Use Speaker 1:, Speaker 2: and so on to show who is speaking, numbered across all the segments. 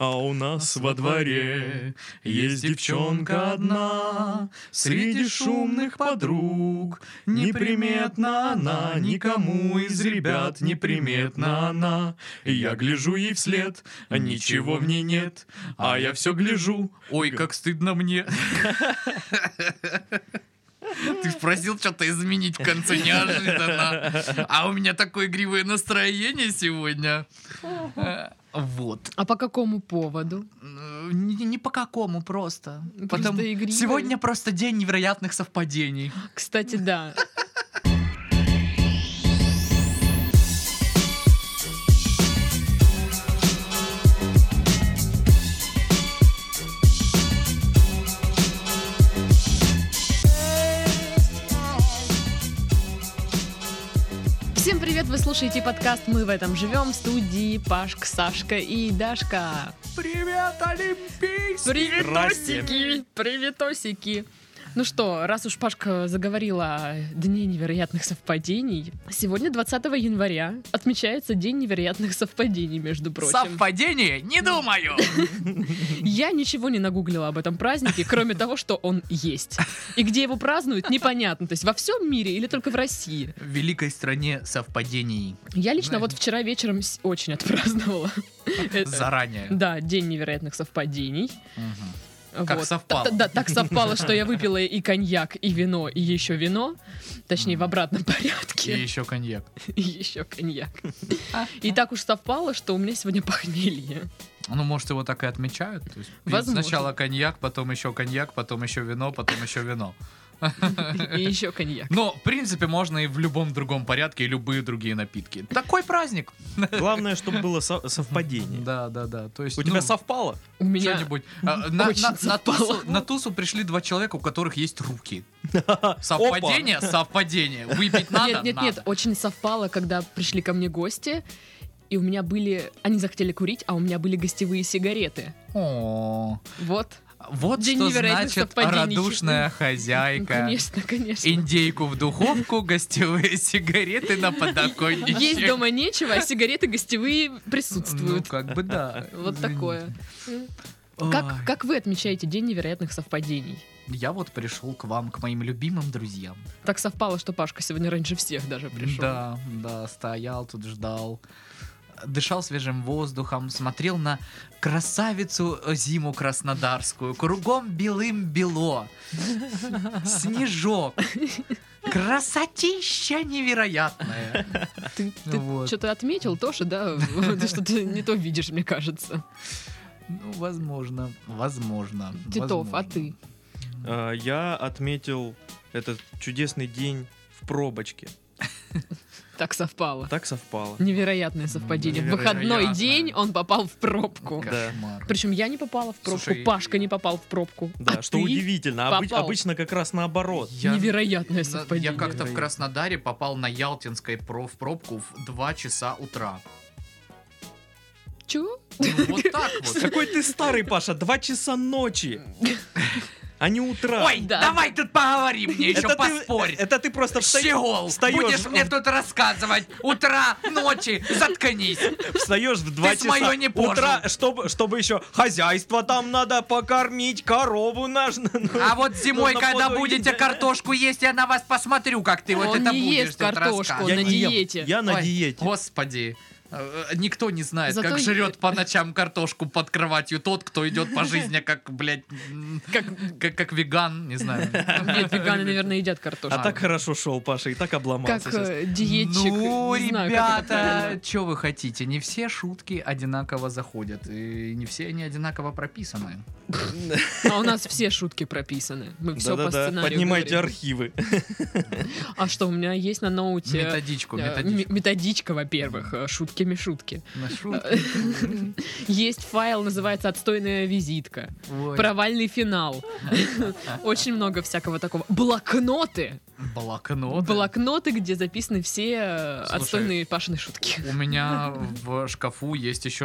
Speaker 1: А у нас во дворе есть девчонка одна, Среди шумных подруг неприметна она, Никому из ребят неприметна она. Я гляжу ей вслед, а ничего в ней нет, А я все гляжу, ой, как стыдно мне.
Speaker 2: Ты ж просил что-то изменить в конце неожиданно. А у меня такое игривое настроение сегодня. Вот.
Speaker 3: А по какому поводу?
Speaker 2: Э, Не, не по какому просто.
Speaker 3: Просто
Speaker 2: Потому-
Speaker 3: игривое.
Speaker 2: Сегодня просто день невероятных совпадений.
Speaker 3: Кстати, да. Всем привет! Вы слушаете подкаст «Мы в этом живем» в студии Пашка, Сашка и Дашка.
Speaker 2: Привет, Олимпийский!
Speaker 3: Приветосики! Приветосики! Ну что, раз уж Пашка заговорила о Дне невероятных совпадений, сегодня, 20 января, отмечается День невероятных совпадений, между прочим.
Speaker 2: Совпадение? Не думаю!
Speaker 3: Я ничего не нагуглила об этом празднике, кроме того, что он есть. И где его празднуют, непонятно. То есть во всем мире или только в России?
Speaker 2: В великой стране совпадений.
Speaker 3: Я лично
Speaker 2: Знаешь,
Speaker 3: вот вчера вечером с- очень отпраздновала. Это-
Speaker 2: Заранее.
Speaker 3: Да, День невероятных совпадений.
Speaker 2: Мгм.
Speaker 3: Вот.
Speaker 2: Как совпало.
Speaker 3: Т- Да, так совпало, что я выпила и коньяк, и вино, и еще вино. Точнее, в
Speaker 2: Мгм.
Speaker 3: обратном
Speaker 2: И
Speaker 3: порядке.
Speaker 2: еще коньяк.
Speaker 3: И еще коньяк. И так уж совпало, что у меня сегодня похмелье.
Speaker 2: Ну, может, его так и отмечают. То есть пьют
Speaker 3: Возможно.
Speaker 2: Сначала коньяк, потом еще коньяк, потом еще вино, потом еще вино.
Speaker 3: И еще коньяк.
Speaker 2: Но, в принципе, можно и в любом другом порядке, и любые другие напитки. Такой праздник.
Speaker 1: Главное, чтобы было со- совпадение.
Speaker 2: Да, да, да. То есть,
Speaker 1: У
Speaker 2: ну,
Speaker 1: тебя совпало?
Speaker 3: У меня...
Speaker 2: что-нибудь. А, На,
Speaker 3: очень
Speaker 2: на- на
Speaker 3: совпало.
Speaker 2: тусу, на тусу пришли два человека, у которых есть руки. Совпадение? Совпадение. Выпить надо?
Speaker 3: Нет, нет, нет,
Speaker 2: Надо.
Speaker 3: очень совпало, когда пришли ко мне гости, и у меня были... Они захотели курить, а у меня были гостевые сигареты.
Speaker 2: О,
Speaker 3: Вот.
Speaker 2: Вот
Speaker 3: День
Speaker 2: что
Speaker 3: невероятных
Speaker 2: значит
Speaker 3: совпадений.
Speaker 2: радушная
Speaker 3: Ну,
Speaker 2: хозяйка.
Speaker 3: конечно, конечно.
Speaker 2: Индейку в духовку, гостевые сигареты на подоконнике.
Speaker 3: Есть дома нечего, а сигареты гостевые
Speaker 2: Ну,
Speaker 3: присутствуют.
Speaker 2: как бы да.
Speaker 3: Вот
Speaker 2: Извините.
Speaker 3: такое.
Speaker 2: Ой.
Speaker 3: Как, как вы отмечаете День невероятных совпадений?
Speaker 2: Я вот пришел к вам, к моим любимым друзьям.
Speaker 3: Так совпало, что Пашка сегодня раньше всех даже пришел.
Speaker 2: Да, да, стоял тут, ждал. Дышал свежим воздухом, смотрел на красавицу э, зиму краснодарскую. Кругом белым бело. Снежок. Красотища невероятная.
Speaker 3: Ты,
Speaker 2: Ну Вот.
Speaker 3: что-то отметил тоже, да? Ты что-то не то видишь, мне кажется.
Speaker 2: Ну, возможно, возможно.
Speaker 3: Титов, а
Speaker 2: возможно.
Speaker 3: ты?
Speaker 1: А, Я отметил этот чудесный день в пробочке.
Speaker 3: Так совпало.
Speaker 1: Так совпало.
Speaker 3: Невероятное совпадение. В выходной
Speaker 2: Невероятно.
Speaker 3: день он попал в пробку.
Speaker 1: Да.
Speaker 2: Кошмар.
Speaker 3: Причем я не попала в пробку,
Speaker 2: Слушай,
Speaker 3: Пашка не попал в пробку.
Speaker 1: Да,
Speaker 3: а
Speaker 1: что
Speaker 3: ты?
Speaker 1: удивительно. обыч-
Speaker 3: попал.
Speaker 1: обычно как раз наоборот.
Speaker 2: Я- На-
Speaker 3: Невероятное совпадение.
Speaker 2: Я как-то в
Speaker 1: Невероятно.
Speaker 2: Краснодаре попал на Ялтинской про в пробку в 2 часа утра.
Speaker 3: Чего?
Speaker 2: Ну, Вот так вот.
Speaker 1: Какой ты старый, Паша, два часа ночи, а не утра.
Speaker 2: Ой,
Speaker 3: Да.
Speaker 2: давай тут поговорим, мне еще
Speaker 1: ты-
Speaker 2: поспорь.
Speaker 1: это ты просто встаешь,
Speaker 2: Щегол,
Speaker 1: встаёшь
Speaker 2: будешь
Speaker 1: в-
Speaker 2: мне тут рассказывать утра, ночи, заткнись.
Speaker 1: встаешь в два
Speaker 2: с моё
Speaker 1: часа
Speaker 2: не пожил.
Speaker 1: утра, чтобы, чтобы еще хозяйство там надо покормить, корову наш.
Speaker 2: А вот зимой,
Speaker 1: на
Speaker 2: когда
Speaker 1: поду
Speaker 2: будете
Speaker 1: иди.
Speaker 2: картошку есть, я на вас посмотрю, как ты вот
Speaker 3: Он
Speaker 2: это
Speaker 3: не
Speaker 2: будешь
Speaker 3: ест
Speaker 2: тут
Speaker 3: картошку,
Speaker 2: рассказывать.
Speaker 3: он на
Speaker 1: не ем.
Speaker 3: диете.
Speaker 1: Я на
Speaker 2: Ой,
Speaker 1: диете.
Speaker 2: Господи. Э, э, Никто не знает,
Speaker 3: Зато
Speaker 2: как
Speaker 3: и-
Speaker 2: жрет по ночам картошку под кроватью тот, кто идет по жизни как, блядь, м,
Speaker 3: Как...
Speaker 2: как, как веган, не знаю.
Speaker 3: Нет, веганы, наверное, едят
Speaker 1: А
Speaker 3: картошку.
Speaker 1: так хорошо шел, Паша, и так
Speaker 3: Как
Speaker 1: обломался сейчас.
Speaker 3: э, диетчик.
Speaker 2: Ну,
Speaker 3: не знаю, как это
Speaker 2: ребята, что вы хотите? Не все шутки одинаково заходят, и не все они одинаково прописаны.
Speaker 3: правильно. А у нас все шутки прописаны. Мы все по
Speaker 1: Да-да-да,
Speaker 3: сценарию
Speaker 1: поднимайте
Speaker 3: говорим.
Speaker 1: архивы.
Speaker 3: А что, у меня есть на ноуте... э,
Speaker 2: Методичку,
Speaker 3: м-
Speaker 2: методичку.
Speaker 3: Методичка, во-первых, э, шутки мишутки.
Speaker 2: На
Speaker 3: э,
Speaker 2: шутки.
Speaker 3: Есть файл, называется «Отстойная визитка»,
Speaker 2: Ой.
Speaker 3: «Провальный финал». Очень много всякого такого. Блокноты!
Speaker 2: Блокнот.
Speaker 3: Блокноты, где записаны все э,
Speaker 2: Слушай,
Speaker 3: отстойные Пашины шутки.
Speaker 2: У меня в шкафу есть еще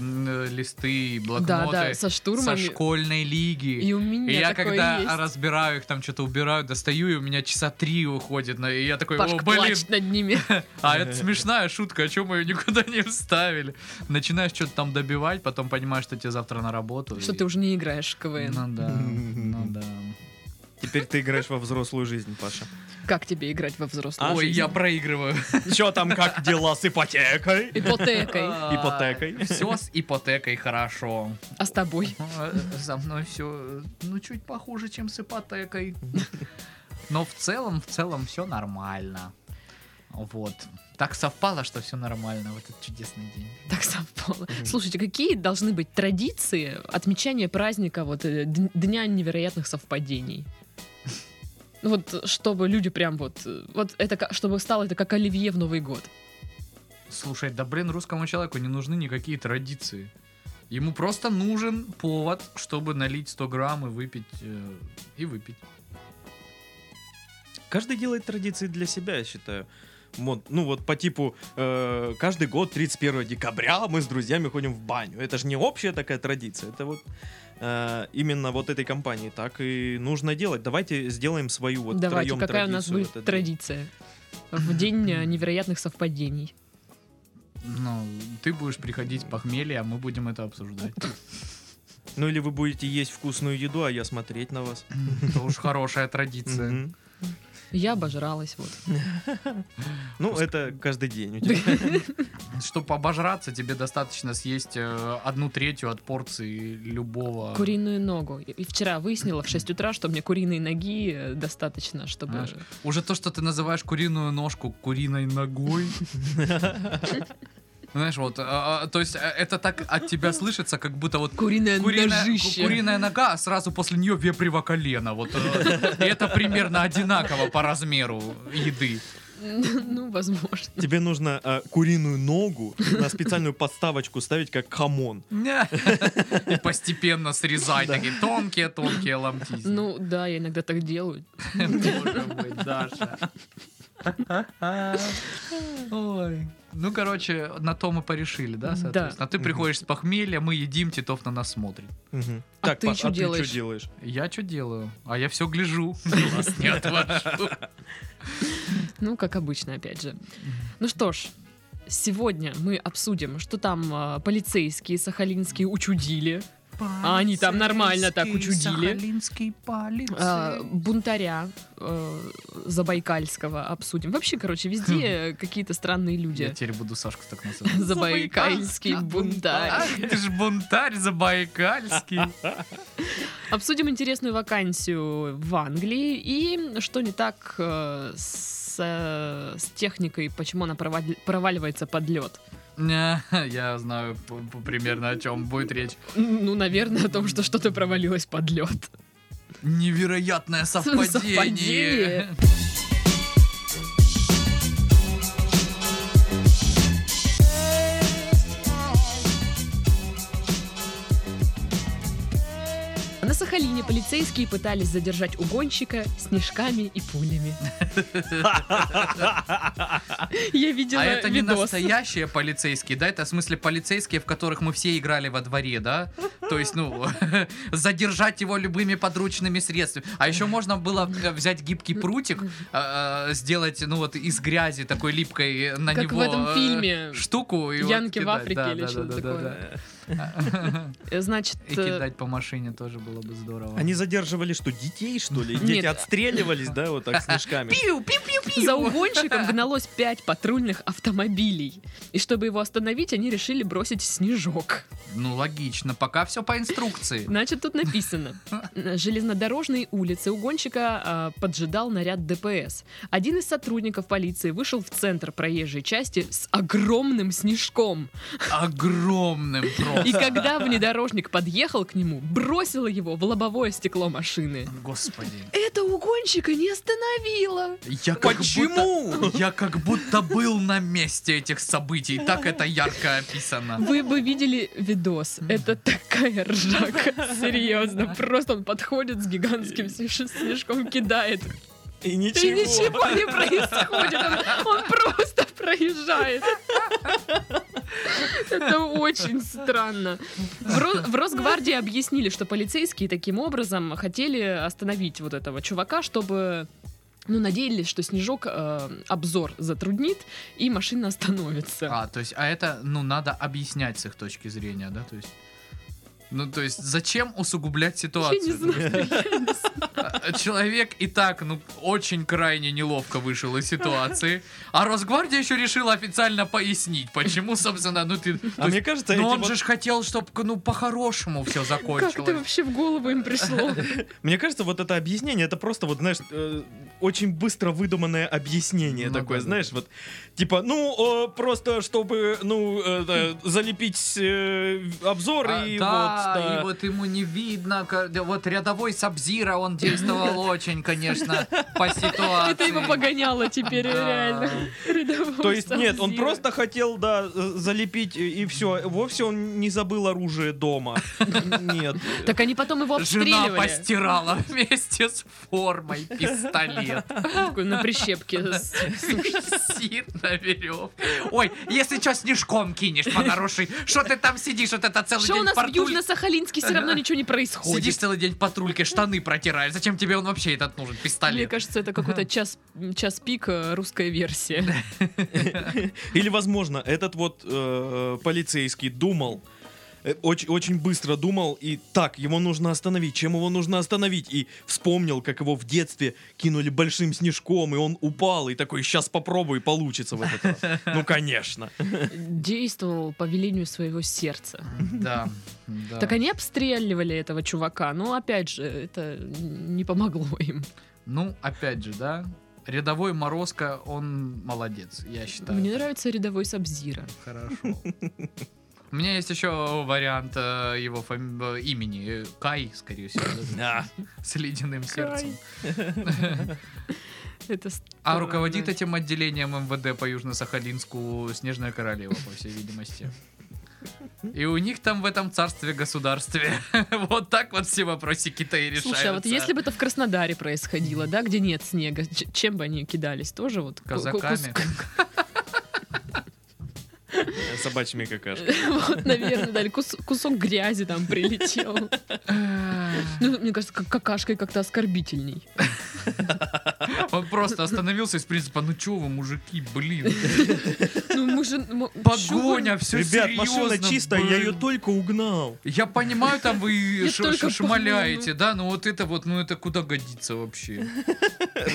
Speaker 2: м, э, листы, и блокноты
Speaker 3: да, да,
Speaker 2: со
Speaker 3: со штурмами.
Speaker 2: школьной лиги.
Speaker 3: И у
Speaker 2: И,
Speaker 3: меня
Speaker 2: я
Speaker 3: такое
Speaker 2: когда
Speaker 3: есть.
Speaker 2: разбираю их, там что-то убираю, достаю, и у меня часа три уходит. на- И я такой,
Speaker 3: Пашка
Speaker 2: о, блин,
Speaker 3: плачет над ними.
Speaker 2: а это смешная шутка, о чем мы ее никуда не вставили. Начинаешь что-то там добивать, потом понимаешь, что тебе завтра на работу.
Speaker 3: Что
Speaker 2: и-
Speaker 3: ты уже не играешь в КВН.
Speaker 2: Ну да, ну да.
Speaker 4: Теперь ты играешь во взрослую жизнь, Паша.
Speaker 3: Как тебе играть во взрослую?
Speaker 4: А,
Speaker 2: Ой,
Speaker 4: жизнь?
Speaker 2: я проигрываю.
Speaker 4: Че там, как дела с ипотекой?
Speaker 3: Ипотекой.
Speaker 4: Ипотекой.
Speaker 2: Все с ипотекой хорошо.
Speaker 3: А с тобой?
Speaker 2: Э, За мной все, ну, чуть похуже, чем с ипотекой. Но в целом, в целом все нормально. Вот. Так совпало, что все нормально в этот чудесный день.
Speaker 3: Так совпало. Слушайте, какие должны быть традиции отмечания праздника вот э, д- Дня невероятных совпадений? Ну Вот чтобы люди прям вот... э, Вот это ка- чтобы стало это как оливье в Новый год.
Speaker 2: Слушай, да блин, русскому человеку не нужны никакие традиции. Ему просто нужен повод, чтобы налить 100 грамм и выпить. э, и выпить.
Speaker 4: Каждый делает традиции для себя, я считаю. Мод- ну вот по типу э, каждый год 31 декабря мы с друзьями ходим в баню. Это же не общая такая традиция, это вот э, именно вот этой компании так и нужно делать. Давайте сделаем свою вот
Speaker 3: Давайте,
Speaker 4: втроём
Speaker 3: какая у нас
Speaker 4: традицию
Speaker 3: будет
Speaker 4: в этот день.
Speaker 3: традиция? В день э, невероятных совпадений.
Speaker 2: Ну, ты будешь приходить с похмелья, а мы будем это обсуждать.
Speaker 4: Ну или вы будете есть вкусную еду, а я смотреть на вас.
Speaker 2: Это уж хорошая традиция.
Speaker 4: Мгм.
Speaker 3: Я обожралась вот.
Speaker 4: Ну это каждый день. у тебя.
Speaker 2: Чтобы обожраться, тебе достаточно съесть э, одну третью от порции любого.
Speaker 3: Куриную ногу. И- И вчера выяснила в 6 утра, что мне куриной ноги э, достаточно, чтобы...
Speaker 2: Знаешь, Уже то, что ты называешь куриную ножку куриной ногой. Знаешь, вот, а, а, то есть э, это так от тебя слышится, как будто вот
Speaker 3: Куриное
Speaker 2: куриная,
Speaker 3: ножище.
Speaker 2: ку- куриная нога, а сразу после нее вепрево колено. Вот э, и это примерно одинаково по размеру еды.
Speaker 3: Ну, возможно.
Speaker 4: Тебе нужно э, куриную ногу на специальную подставочку ставить как хамон.
Speaker 2: И постепенно срезать такие тонкие-тонкие ломти.
Speaker 3: Ну, да, я иногда так делаю.
Speaker 2: Боже мой, Даша. Ой. Ну, короче, на то мы порешили, да,
Speaker 3: Да.
Speaker 2: соответственно? А ты приходишь с похмелья, мы едим, Титов на нас смотрит.
Speaker 4: Мгм.
Speaker 3: А
Speaker 4: Так,
Speaker 3: ты
Speaker 4: Паш,
Speaker 3: чё
Speaker 4: а ты что
Speaker 3: делаешь?
Speaker 4: делаешь?
Speaker 2: Я что делаю? А я все гляжу. Глаз не отвожу.
Speaker 3: Ну, как обычно, опять же. Ну что ж, сегодня мы обсудим, что там э, полицейские сахалинские учудили, А они там нормально так учудили.
Speaker 2: Сахалинский
Speaker 3: э,
Speaker 2: полицей.
Speaker 3: бунтаря э, Забайкальского обсудим. Вообще, короче, везде э, какие-то странные
Speaker 2: Я
Speaker 3: люди.
Speaker 2: теперь буду Сашку так называть.
Speaker 3: Забайкальский бунтарь.
Speaker 2: Ах, Ты ж бунтарь забайкальский.
Speaker 3: Обсудим интересную вакансию в Англии и что не так э, с, э, с техникой, почему она провали- проваливается под лед.
Speaker 2: Не, Я знаю п- п- примерно о чем будет речь.
Speaker 3: Ну, наверное, о том, что что-то провалилось под лед.
Speaker 2: Невероятное совпадение.
Speaker 3: Совпадение. На Сахалине полицейские пытались задержать угонщика снежками и пулями. Я видела
Speaker 2: А это не
Speaker 3: Типа видос.
Speaker 2: настоящие полицейские, да? Это в смысле полицейские, в которых мы все играли во дворе, да? То есть, ну, задержать его любыми подручными средствами. А еще можно было э, взять гибкий прутик, э, сделать, ну, вот из грязи такой липкой на
Speaker 3: Как
Speaker 2: него...
Speaker 3: в этом
Speaker 2: э,
Speaker 3: фильме.
Speaker 2: Штуку. и вот
Speaker 3: Янки в
Speaker 2: кидать.
Speaker 3: Африке
Speaker 2: Да,
Speaker 3: или
Speaker 2: да,
Speaker 3: что-то
Speaker 2: да, да,
Speaker 3: такое.
Speaker 2: да.
Speaker 3: Э, Значит,
Speaker 2: И кидать по машине тоже было бы здорово.
Speaker 4: Они задерживали что, детей, что ли? И Дети
Speaker 3: Нет.
Speaker 4: отстреливались, да, вот так снежками.
Speaker 2: Пиу, пиу, пиу, пиу.
Speaker 3: э, За угонщиком гналось пять патрульных автомобилей. И чтобы его остановить, они решили бросить снежок.
Speaker 2: Ну, логично. Пока все по инструкции.
Speaker 3: Значит, тут написано. Э, На железнодорожной улице угонщика э, поджидал наряд ДПС. Один из сотрудников полиции вышел в центр проезжей части с огромным снежком.
Speaker 2: Огромным просто.
Speaker 3: И когда внедорожник подъехал к нему, бросило его в лобовое стекло машины.
Speaker 2: Господи.
Speaker 3: Это угонщика не остановило.
Speaker 2: Я как
Speaker 4: Почему?
Speaker 2: будто- я как будто был на месте этих событий. Так это ярко описано.
Speaker 3: Вы бы видели видос. Это такая ржака. Серьезно. Просто он подходит с гигантским снеж- снежком, кидает
Speaker 1: И
Speaker 3: И
Speaker 1: ничего.
Speaker 3: ничего не происходит. Он, он просто проезжает. Это очень странно. В, Ро- в Росгвардии объяснили, что полицейские таким образом хотели остановить вот этого чувака, чтобы... Ну, надеялись, что снежок э, обзор затруднит, и машина остановится.
Speaker 2: А, то есть, а это, ну, надо объяснять с их точки зрения, да, то есть... Ну, то есть, зачем усугублять
Speaker 3: Я не
Speaker 2: ситуацию?
Speaker 3: знаю.
Speaker 2: А, Человек и так, ну, очень крайне неловко вышел из ситуации. А Росгвардия еще решила официально пояснить, почему, собственно, ну ты...
Speaker 1: А мне кажется, эти
Speaker 2: Ну, он
Speaker 1: вот-
Speaker 2: же ж хотел, чтобы, ну, по-хорошему все
Speaker 3: Как это
Speaker 2: закончилось.
Speaker 3: вообще в голову им пришло?
Speaker 1: Мне кажется, вот это объяснение, это просто вот, знаешь, э, очень быстро выдуманное объяснение
Speaker 2: Ну
Speaker 1: такое,
Speaker 2: да, да,
Speaker 1: знаешь, вот, типа, ну, э, просто чтобы, ну, э, да, залепить э, обзор
Speaker 2: А,
Speaker 1: и
Speaker 2: да,
Speaker 1: вот... да.
Speaker 2: и вот ему не видно, ка- да, вот рядовой Сабзира, он действовал очень, конечно, по ситуации.
Speaker 3: Это его погоняло теперь
Speaker 2: Да.
Speaker 3: реально. Рядовой
Speaker 1: То есть нет, он
Speaker 3: Саб-Зиро.
Speaker 1: просто хотел, да, э, залепить э, и все. Вовсе он не забыл оружие дома. Нет.
Speaker 3: Так они потом его
Speaker 2: Жена
Speaker 3: обстреливали.
Speaker 2: постирала вместе с формой пистолет.
Speaker 3: Такой На прищепке с
Speaker 2: Сит на веревке. Ой, если что, снежком кинешь по наруши. Что ты там сидишь, вот это целый
Speaker 3: Что у
Speaker 2: день
Speaker 3: нас в
Speaker 2: патруль-
Speaker 3: Южно-Сахалинске все равно ничего не происходит.
Speaker 2: Сидишь целый день в патрульке, штаны протираешь. Зачем тебе он вообще этот нужен,
Speaker 3: Мне
Speaker 2: пистолет?
Speaker 3: кажется, это какой-то час, час пик э, русская версия.
Speaker 1: Или, возможно, этот вот э, полицейский думал, э, оч- очень быстро думал, и так, его нужно остановить, чем его нужно остановить, и вспомнил, как его в детстве кинули большим снежком, и он упал, и такой, сейчас попробую, получится вот это. Ну, конечно.
Speaker 3: Действовал по велению своего сердца.
Speaker 2: Да. да.
Speaker 3: Так они обстреливали этого чувака, но опять же, это не помогло им.
Speaker 2: Ну, опять же, да. Рядовой Морозко, он молодец, я считаю.
Speaker 3: Мне нравится рядовой Сабзира.
Speaker 2: Хорошо. У меня есть еще вариант э, его фами- э, имени. Э, Кай, скорее всего, да,
Speaker 1: А,
Speaker 2: с ледяным сердцем.
Speaker 3: Это
Speaker 2: А
Speaker 3: странно.
Speaker 2: руководит этим отделением МВД по Южно-Сахалинску Снежная Королева, по всей видимости. И у них там в этом царстве-государстве вот так вот все вопросики-то и решаются.
Speaker 3: Слушай, а вот если бы это в Краснодаре происходило, да, где нет снега, ч- чем бы они кидались? Тоже вот ку- ку-
Speaker 2: Казаками.
Speaker 3: кус-
Speaker 1: собачьими какашками.
Speaker 3: Вот, наверное, да, или кус- кусок грязи там прилетел. Ну, мне кажется, как какашкой как-то оскорбительней.
Speaker 2: Он просто остановился из принципа, ну чё вы, мужики, блин,
Speaker 3: Ну, мы же... м-
Speaker 2: погоня, все
Speaker 1: Ребят, машина чистая, я ее только угнал.
Speaker 2: Я понимаю, там вы
Speaker 3: Я
Speaker 2: ш-
Speaker 3: только
Speaker 2: ш- шмаляете, да, но вот это вот, ну это куда годится вообще?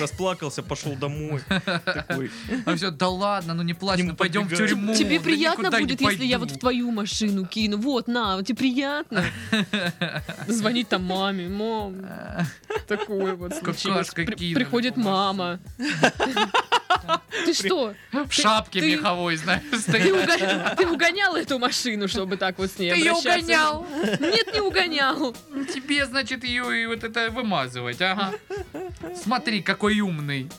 Speaker 1: Расплакался, пошел домой. Такой,
Speaker 2: А все, да ладно, ну не плачь,
Speaker 1: Ему
Speaker 2: ну пойдем в
Speaker 1: подбегают.
Speaker 2: тюрьму.
Speaker 3: чего- Тебе
Speaker 2: да
Speaker 3: приятно
Speaker 2: никуда не
Speaker 3: будет, если я вот
Speaker 2: пойду.
Speaker 3: в твою машину кину? Вот, на, тебе приятно? Звонить там маме, мам. Такое вот случилось.
Speaker 2: Какашкой
Speaker 3: При-
Speaker 2: кинули,
Speaker 3: Приходит
Speaker 2: помашь.
Speaker 3: мама. Ты что?
Speaker 2: В шапке
Speaker 3: ты-
Speaker 2: меховой, знаешь,
Speaker 3: Ты,
Speaker 2: стоит.
Speaker 3: угоня- ты угонял эту машину, чтобы так вот с ней
Speaker 2: Ты ее
Speaker 3: обращаться?
Speaker 2: угонял.
Speaker 3: Нет, не угонял.
Speaker 2: Тебе, значит, ее и вот это вымазывать, ага. Смотри, какой умный.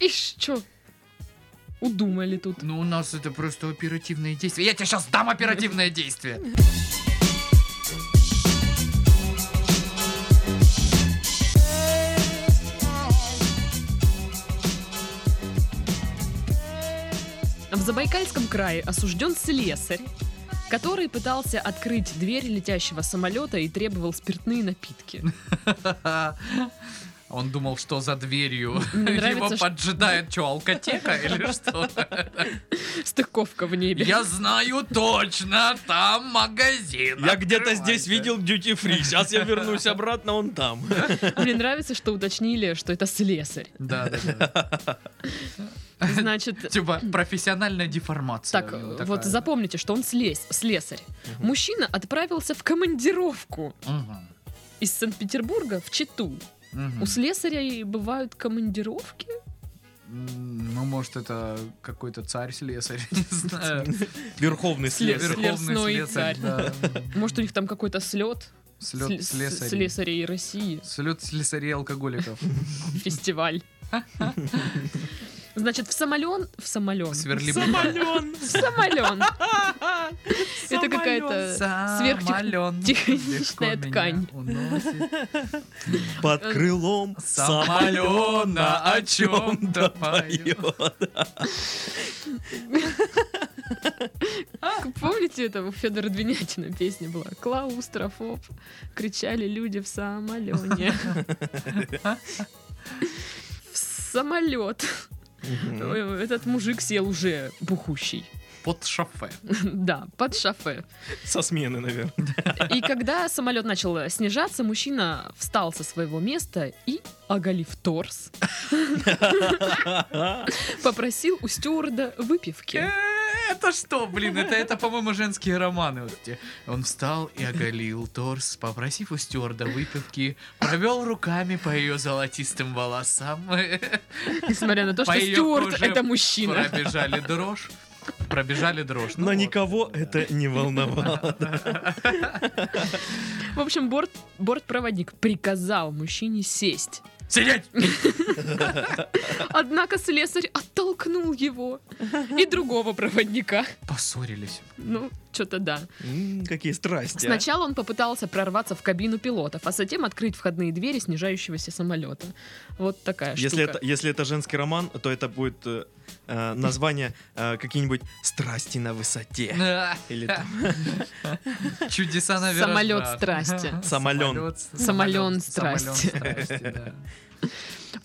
Speaker 3: Ишь, чё? Удумали тут.
Speaker 2: Ну, у нас это просто оперативные действия. Я тебе сейчас дам оперативное действие.
Speaker 3: В Забайкальском крае осужден слесарь, который пытался открыть дверь летящего самолета и требовал спиртные напитки.
Speaker 2: Он думал, что за дверью
Speaker 3: Мне
Speaker 2: его
Speaker 3: нравится, что-
Speaker 2: поджидает что, алкотека или что?
Speaker 3: Стыковка в небе.
Speaker 2: Я знаю точно, там магазин.
Speaker 1: Я где-то
Speaker 2: Открывайте.
Speaker 1: здесь видел duty free. Сейчас я вернусь обратно, он там.
Speaker 3: Мне нравится, что уточнили, что это слесарь.
Speaker 2: Да, да, да.
Speaker 3: Значит,
Speaker 2: Типа профессиональная деформация.
Speaker 3: так,
Speaker 2: у него
Speaker 3: вот
Speaker 2: такая.
Speaker 3: запомните, что он слез, слесарь. Мужчина отправился в командировку
Speaker 2: Мгм.
Speaker 3: из Санкт-Петербурга в Читу.
Speaker 2: Мгм.
Speaker 3: У слесаря и бывают командировки.
Speaker 2: М, Ну, может, это какой-то царь-слесарь, не знаю.
Speaker 1: Верховный
Speaker 3: Слесарь.
Speaker 1: слесарь.
Speaker 3: Слесной царь.
Speaker 2: да.
Speaker 3: Может, у них там какой-то слет
Speaker 2: Слет
Speaker 3: сле-
Speaker 2: слесарей.
Speaker 3: слесарей России,
Speaker 2: Слет слесарей алкоголиков.
Speaker 3: фестиваль. Значит, в самолен... В самолен.
Speaker 2: Сверлим.
Speaker 1: Самолен!
Speaker 3: В самолен. Это какая-то
Speaker 2: Самолён легко
Speaker 3: сверхтехничная
Speaker 2: меня
Speaker 3: Э, ткань.
Speaker 2: уносит.
Speaker 1: Под крылом
Speaker 2: Самолёна
Speaker 1: самолена
Speaker 2: о чём-то поёт.
Speaker 3: Помните, это у Федора Двинятина песня была? Клаустрофоб. Кричали люди в самолете. В самолет.
Speaker 1: Ну.
Speaker 3: Этот мужик сел уже бухущий.
Speaker 2: Под шофе.
Speaker 3: Да, под шофе.
Speaker 1: Со смены, наверное.
Speaker 3: И когда самолет начал э, снижаться, мужчина встал со своего места и, оголив торс, попросил у стюарда выпивки.
Speaker 2: Э, Это что, блин, это, это, по-моему, женские романы. вот эти. Он встал и оголил торс, попросив у стюарда выпивки, провел руками по ее золотистым волосам.
Speaker 3: Несмотря на то,
Speaker 2: По
Speaker 3: что
Speaker 2: её
Speaker 3: стюард
Speaker 2: коже
Speaker 3: это мужчина.
Speaker 2: Пробежали дрожь. Пробежали дрожь. Ну
Speaker 1: Но
Speaker 2: вот.
Speaker 1: никого э, это не волновало.
Speaker 3: В общем, борт, бортпроводник приказал мужчине сесть.
Speaker 2: Сидеть!
Speaker 3: Однако слесарь оттолкнул его и другого проводника.
Speaker 2: Поссорились.
Speaker 3: Ну, что-то да.
Speaker 1: М, Какие страсти. а.
Speaker 3: Сначала он попытался прорваться в кабину пилотов, а затем открыть входные двери снижающегося самолета. Вот такая
Speaker 1: Если
Speaker 3: штука.
Speaker 1: это, если это женский роман, то это будет э, э, название э, какие-нибудь «Страсти на высоте». Или там
Speaker 2: Чудеса на
Speaker 3: Самолет
Speaker 2: виражах.
Speaker 3: страсти.
Speaker 1: Самолён.
Speaker 2: Самолёт- самолён
Speaker 3: Самолён страсти.
Speaker 2: страсти, да.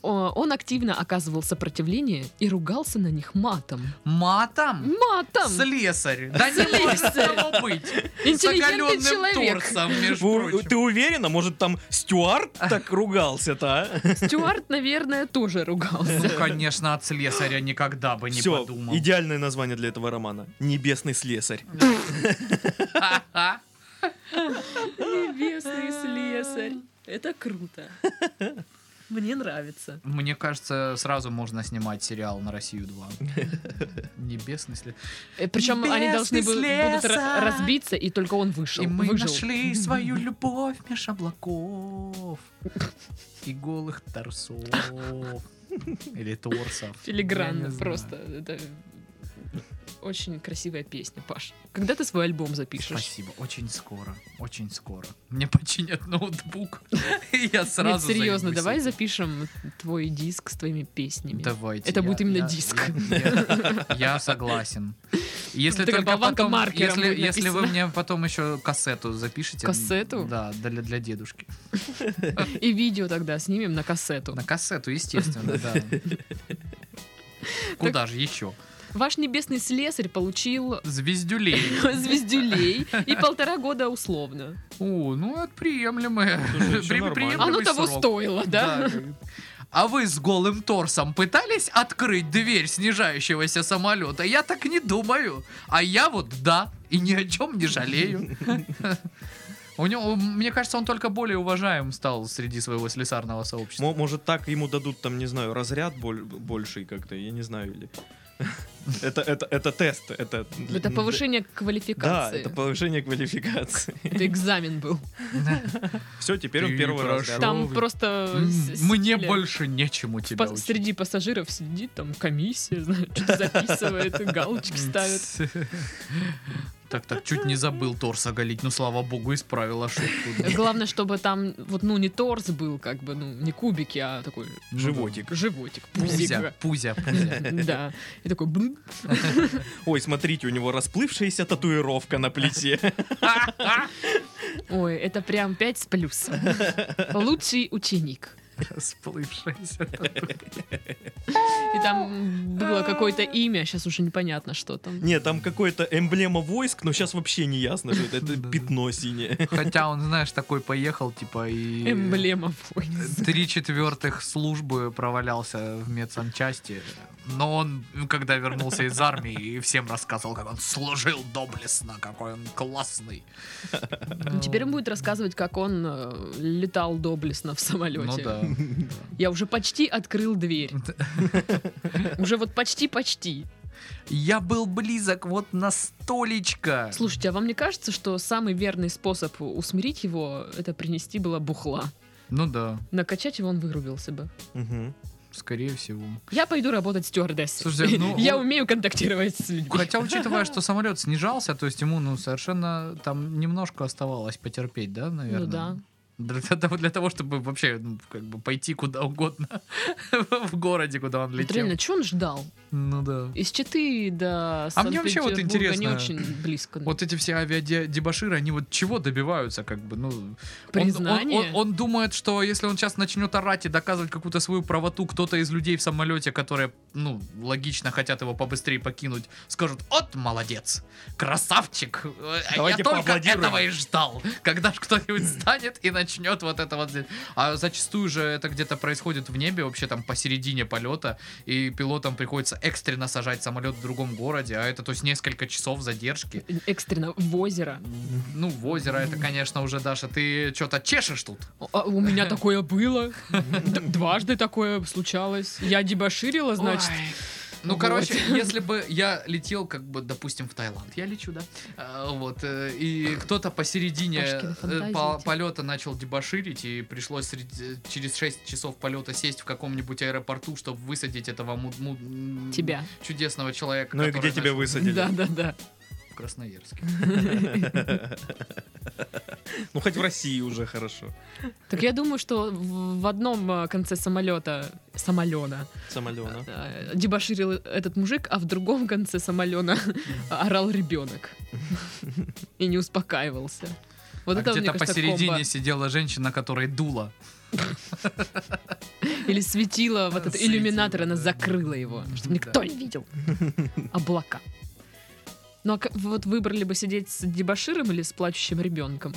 Speaker 3: О, Он активно оказывал сопротивление и ругался на них матом.
Speaker 2: Матом?
Speaker 3: Матом!
Speaker 2: Слесарь. Да не
Speaker 3: Слесарь.
Speaker 2: может того быть. С
Speaker 3: Интеллигентный
Speaker 2: оголенным
Speaker 3: человек.
Speaker 2: торсом, между
Speaker 1: Фу,
Speaker 2: прочим.
Speaker 1: Ты уверена? Может, там Стюарт так ругался-то, а?
Speaker 3: Стюарт, наверное, тоже ругался.
Speaker 2: Ну, конечно, от слесаря никогда бы не
Speaker 1: Все,
Speaker 2: подумал.
Speaker 1: идеальное название для этого романа. «Небесный слесарь».
Speaker 2: Ха-ха.
Speaker 3: Небесный слесарь. Это круто. Мне нравится.
Speaker 2: Мне кажется, сразу можно снимать сериал на Россию 2. Небесный след.
Speaker 3: Причем Э, они
Speaker 2: Небесный
Speaker 3: должны бу- будут ра-
Speaker 2: слесарь.
Speaker 3: разбиться, и только он вышел.
Speaker 2: И мы
Speaker 3: выжил.
Speaker 2: нашли свою любовь меж облаков и голых торсов. Или торсов. Я
Speaker 3: Филигранно
Speaker 2: не знаю.
Speaker 3: просто. Это очень красивая песня, Паш. Когда ты свой альбом запишешь?
Speaker 2: Спасибо. Очень скоро. Очень скоро. Мне починят ноутбук. И я
Speaker 3: Нет,
Speaker 2: сразу
Speaker 3: серьезно,
Speaker 2: займусь
Speaker 3: давай
Speaker 2: этим.
Speaker 3: запишем твой диск с твоими песнями.
Speaker 2: Давайте.
Speaker 3: Это
Speaker 2: я-
Speaker 3: будет именно
Speaker 2: я-
Speaker 3: диск.
Speaker 2: Я, я- я согласен. Если
Speaker 3: Такая
Speaker 2: только
Speaker 3: болванка
Speaker 2: потом,
Speaker 3: маркером
Speaker 2: если,
Speaker 3: будет
Speaker 2: если вы
Speaker 3: написано.
Speaker 2: мне потом еще кассету запишете.
Speaker 3: Кассету?
Speaker 2: Да, для, для дедушки.
Speaker 3: А, И видео тогда снимем на кассету.
Speaker 2: На кассету, естественно, да. Куда же еще?
Speaker 3: Ваш небесный слесарь получил
Speaker 2: Звездюлей.
Speaker 3: звездюлей и полтора года условно.
Speaker 2: О, ну это приемлемое.
Speaker 1: Слушай, всё
Speaker 2: При-
Speaker 1: нормально.
Speaker 2: приемлемый
Speaker 3: Оно А ну того
Speaker 2: срок.
Speaker 3: стоило, да?
Speaker 2: А вы с голым торсом пытались открыть дверь снижающегося самолета? Я так не думаю. А я вот да, и ни о чем не жалею. У него, мне кажется, он только более уважаем стал среди своего слесарного сообщества.
Speaker 1: Мо- Может, так ему дадут, там, не знаю, разряд боль- больший как-то, я не знаю, или... Это, это, это тест, это...
Speaker 3: Это повышение
Speaker 1: Да,
Speaker 3: квалификации.
Speaker 1: это повышение квалификации.
Speaker 3: Это экзамен был.
Speaker 1: Все, теперь он
Speaker 2: Ты
Speaker 1: первый
Speaker 2: прошёл.
Speaker 1: разряд.
Speaker 3: Там
Speaker 2: вы.
Speaker 3: просто...
Speaker 2: М,
Speaker 3: с-
Speaker 2: Мне
Speaker 3: сидели.
Speaker 2: больше нечему тебя
Speaker 3: По-
Speaker 2: учить.
Speaker 3: Среди пассажиров сидит там комиссия, знаешь, что-то записывает, и галочки ставит.
Speaker 2: Так, так, чуть не забыл торс оголить, но слава богу, исправил ошибку.
Speaker 3: Главное, чтобы там, вот, ну, не торс был, как бы, ну, не кубики, а такой
Speaker 1: Животик.
Speaker 3: животик,
Speaker 2: Пузя,
Speaker 3: пузик.
Speaker 2: пузя, пузя.
Speaker 3: Да. И такой... блин.
Speaker 1: Ой, смотрите, у него расплывшаяся татуировка на плите.
Speaker 3: Ой, это прям 5 с плюсом. Лучший ученик.
Speaker 2: Сплывшаяся.
Speaker 3: И там было какое-то имя, сейчас уже непонятно, что там.
Speaker 1: Не, там какое-то эмблема войск, но сейчас вообще не ясно, что это, это
Speaker 2: Да-да.
Speaker 1: пятно синее.
Speaker 2: Хотя он, знаешь, такой поехал, типа,
Speaker 3: Э,
Speaker 2: и...
Speaker 3: Эмблема войск.
Speaker 2: Три четвертых службы провалялся в медсанчасти. Но он, ну, когда вернулся из армии, и всем рассказывал, как он служил доблестно, какой он классный. Ну,
Speaker 3: Теперь он будет рассказывать, как он э, летал доблестно в самолете.
Speaker 2: Ну да.
Speaker 3: Я уже почти открыл дверь. Уже вот почти-почти.
Speaker 2: Я был близок вот на столечко.
Speaker 3: Слушайте, а вам не кажется, что самый верный способ усмирить его, это принести было бухла?
Speaker 2: Ну да,
Speaker 3: Накачать его он вырубился бы.
Speaker 1: Мгм.
Speaker 2: скорее всего.
Speaker 3: Я пойду работать стюардессой.
Speaker 2: Слушайте, ну,
Speaker 3: Я
Speaker 2: он-
Speaker 3: умею контактировать с людьми.
Speaker 2: Хотя, учитывая, что самолет снижался, то есть ему, ну, совершенно там немножко оставалось потерпеть, да, наверное?
Speaker 3: Ну да.
Speaker 2: Для того, для того, чтобы вообще ну, как бы пойти куда угодно в городе, куда он
Speaker 3: Вот
Speaker 2: летел.
Speaker 3: реально, что он ждал?
Speaker 2: Ну да.
Speaker 3: Из Читы до
Speaker 2: А мне вообще вот
Speaker 3: Санкт-Петербурга не
Speaker 2: интересно,
Speaker 3: очень близко.
Speaker 2: Вот эти все авиадебаширы, они вот чего добиваются, как бы, ну... он-
Speaker 3: Признание?
Speaker 2: Он, он- он думает, что если он сейчас начнет орать и доказывать какую-то свою правоту, кто-то из людей в самолете, которые, ну, логично хотят его побыстрее покинуть, скажут, от, молодец, красавчик, э,
Speaker 1: Давайте
Speaker 2: я только
Speaker 1: поаплодируем».
Speaker 2: этого и ждал. Когда ж кто-нибудь встанет и начнет вот это вот... здесь. А зачастую же это где-то происходит в небе, вообще там посередине полета, и пилотам приходится экстренно сажать самолет в другом городе, а это то есть несколько часов задержки.
Speaker 3: Экстренно в озеро.
Speaker 2: Ну, в озеро это, конечно, уже, Даша, ты что-то чешешь тут.
Speaker 3: А у меня такое было. Д- Дважды такое случалось. Я дебоширила, значит.
Speaker 2: Ой. Ну,
Speaker 3: Вот.
Speaker 2: короче, если бы я летел, как бы, допустим, в Таиланд, я лечу, да, А, вот, э, и кто-то посередине
Speaker 3: Пашкины
Speaker 2: э,
Speaker 3: фантазии
Speaker 2: по-
Speaker 3: эти.
Speaker 2: полета начал дебоширить, и пришлось среди- через 6 часов полета сесть в каком-нибудь аэропорту, чтобы высадить этого му- му-
Speaker 3: Тебя.
Speaker 2: чудесного человека.
Speaker 1: Ну и
Speaker 2: который
Speaker 1: где тебя
Speaker 2: начал-
Speaker 1: высадили?
Speaker 3: Да, да, да.
Speaker 2: В Красноярске.
Speaker 1: Ну хоть в России уже хорошо.
Speaker 3: Так я думаю, что в в одном э, конце самолета самолета
Speaker 1: Самолена.
Speaker 3: э, дебоширил этот мужик, а в другом конце самолета орал ребенок и не успокаивался. Вот
Speaker 2: А
Speaker 3: это мне
Speaker 2: где-то
Speaker 3: кажется,
Speaker 2: посередине
Speaker 3: комбо.
Speaker 2: сидела женщина, которая дула.
Speaker 3: Или светило вот этот
Speaker 2: Светило,
Speaker 3: иллюминатор, она
Speaker 2: да.
Speaker 3: закрыла его, чтобы
Speaker 2: Да.
Speaker 3: никто не видел. Облака. Ну а к- вот выбрали бы сидеть с дебоширом или с плачущим ребенком?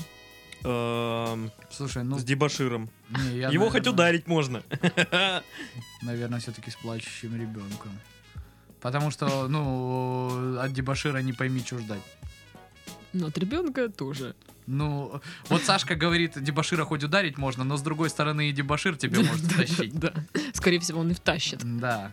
Speaker 1: Эм,
Speaker 2: Слушай, ну...
Speaker 1: С дебаширом.
Speaker 2: не, я,
Speaker 1: Его
Speaker 2: наверное,
Speaker 1: хоть ударить можно.
Speaker 2: Наверное, все-таки с плачущим ребенком. Потому что, ну, от дебашира не пойми, что ждать.
Speaker 3: Но от Ну, ребенка тоже.
Speaker 2: Ну, вот Сашка говорит, дебашира хоть ударить можно, но с другой стороны и дебашир тебе может тащить.
Speaker 3: Да. Скорее всего, он и втащит.
Speaker 2: Да.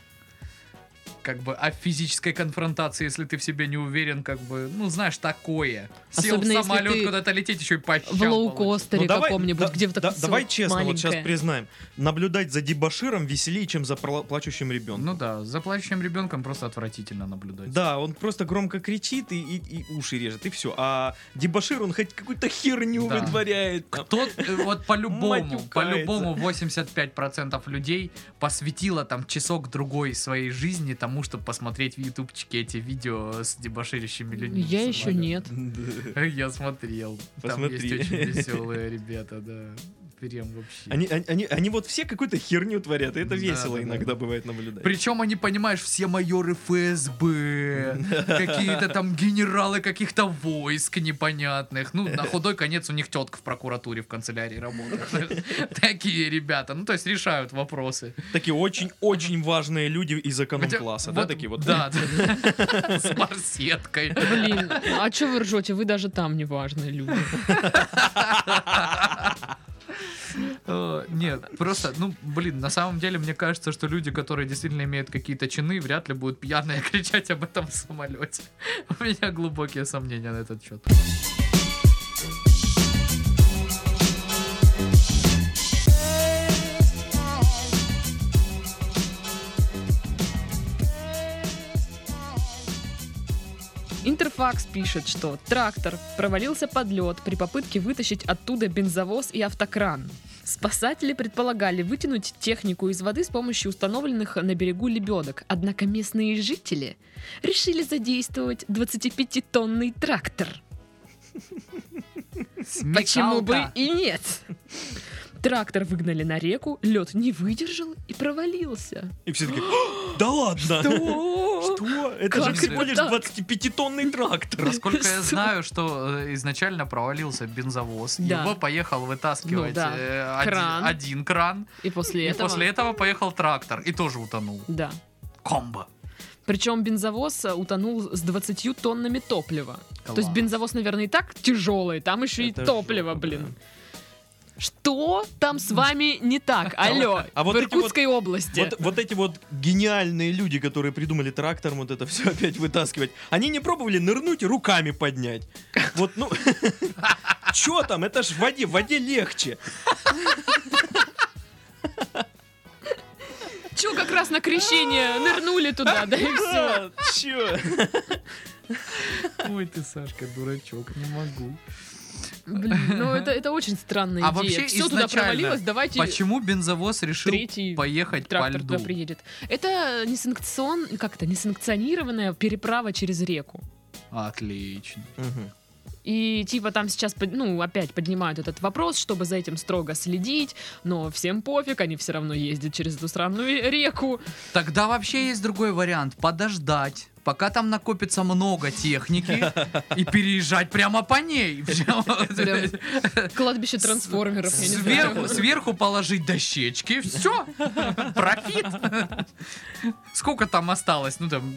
Speaker 2: Как бы, а в физической конфронтации, если ты в себе не уверен, как бы, ну, знаешь, такое. Сел в
Speaker 3: Особенно, если
Speaker 2: самолет
Speaker 3: ты
Speaker 2: куда-то лететь, еще и
Speaker 3: В
Speaker 2: пощелкалось.
Speaker 1: Ну,
Speaker 3: лоукостере
Speaker 1: давай-
Speaker 3: каком-нибудь,
Speaker 1: да-
Speaker 3: где вот
Speaker 1: да-
Speaker 3: так всё
Speaker 1: Давай честно, вот сейчас
Speaker 3: маленькое.
Speaker 1: признаем. Наблюдать за дебаширом веселее, чем за пла- плачущим ребенком.
Speaker 2: Ну да, за плачущим ребенком просто отвратительно наблюдать.
Speaker 1: Да, он просто громко кричит и, и- и уши режет, и все. А дебашир, он хоть какую-то херню
Speaker 2: Да.
Speaker 1: вытворяет. там.
Speaker 2: Тот, э, вот по-любому,
Speaker 1: Матюкается.
Speaker 2: по-любому 85% людей посвятило там часок-другой своей жизни тому, чтобы посмотреть в ютубчике эти видео с дебоширящими людьми.
Speaker 3: Я
Speaker 2: в
Speaker 3: еще
Speaker 2: самолете.
Speaker 3: нет.
Speaker 1: Да.
Speaker 2: Я смотрел.
Speaker 1: Посмотри.
Speaker 2: Там есть очень веселые ребята, да. Прям вообще.
Speaker 1: Они, они, они, они вот все какую-то херню творят, и это
Speaker 2: Да,
Speaker 1: весело
Speaker 2: да, да.
Speaker 1: иногда бывает наблюдать.
Speaker 2: Причем они, понимаешь, все майоры ФСБ, какие-то там генералы каких-то войск непонятных. Ну, на худой конец у них тетка в прокуратуре в канцелярии работает. Такие ребята. Ну, то есть решают вопросы.
Speaker 1: Такие очень-очень важные люди из эконом-класса,
Speaker 2: Хотя
Speaker 1: да, такие вот?
Speaker 2: Да, да. С барсеткой.
Speaker 3: Блин, а что вы ржете? Вы даже там не важные люди.
Speaker 2: Э, Нет, просто, ну, блин, на самом деле, мне кажется, что люди, которые действительно имеют какие-то чины, вряд ли будут пьяные кричать об этом в самолете. У меня глубокие сомнения на этот счет.
Speaker 3: Интерфакс пишет, что трактор провалился под лед при попытке вытащить оттуда бензовоз и автокран. Спасатели предполагали вытянуть технику из воды с помощью установленных на берегу лебедок, однако местные жители решили задействовать 25-тонный трактор. Почему бы
Speaker 2: Смекалка.
Speaker 3: и нет? Трактор выгнали на реку, лед не выдержал и провалился.
Speaker 1: И все такие, «О, да ладно!
Speaker 3: Что?
Speaker 1: Что? Это же
Speaker 3: Как
Speaker 1: всего
Speaker 2: это
Speaker 1: лишь
Speaker 3: так?
Speaker 1: 25-тонный трактор.
Speaker 2: Насколько я знаю, что э, изначально провалился бензовоз,
Speaker 3: Да.
Speaker 2: его поехал вытаскивать
Speaker 3: Ну да.
Speaker 2: э, один-
Speaker 3: Кран.
Speaker 2: один кран,
Speaker 3: И после
Speaker 2: и
Speaker 3: этого...
Speaker 2: после этого поехал трактор и тоже утонул.
Speaker 3: Да.
Speaker 2: Комбо.
Speaker 3: Причем бензовоз э, утонул с 20 тоннами топлива. То есть
Speaker 2: Класс.
Speaker 3: бензовоз, наверное, и так тяжелый, там еще
Speaker 1: Это
Speaker 3: и топливо,
Speaker 1: жопа,
Speaker 3: блин. Что там с вами не так? Алло,
Speaker 1: А вот
Speaker 3: в
Speaker 1: эти вот-
Speaker 3: Иркутской области.
Speaker 1: Вот, вот эти вот гениальные люди, которые придумали трактор, вот это все опять вытаскивать, они не пробовали нырнуть и руками поднять. Вот, ну, чё там, это ж в воде, в воде легче.
Speaker 3: Че, как раз на крещение нырнули туда, да и все.
Speaker 1: А, чё?
Speaker 4: Ой, ты, Сашка, дурачок, не могу.
Speaker 3: Блин, ну это, это очень странная
Speaker 2: А
Speaker 3: идея.
Speaker 2: вообще
Speaker 3: все туда
Speaker 2: изначально
Speaker 3: провалилось, давайте
Speaker 2: Почему бензовоз решил
Speaker 3: третий
Speaker 2: поехать по
Speaker 3: трактор туда
Speaker 2: льду?
Speaker 3: приедет. Это несанкцион... как это, несанкционированная переправа через реку.
Speaker 2: Отлично.
Speaker 1: Мгм.
Speaker 3: И типа там сейчас, под- ну, опять поднимают этот вопрос, чтобы за этим строго следить, но всем пофиг, они все равно ездят через эту сраную реку.
Speaker 2: Тогда вообще есть другой вариант. Подождать, пока там накопится много техники, и переезжать прямо по ней. Прямо вот.
Speaker 3: Прям Кладбище трансформеров. я не знаю.
Speaker 2: Сверху, сверху положить дощечки, все, профит. Сколько там осталось? Ну там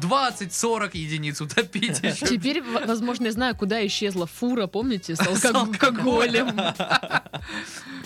Speaker 2: 20-40 единиц утопить еще.
Speaker 3: Теперь, в- возможно, я знаю, куда исчезла фура, помните, с
Speaker 2: С
Speaker 3: алко- алкоголем.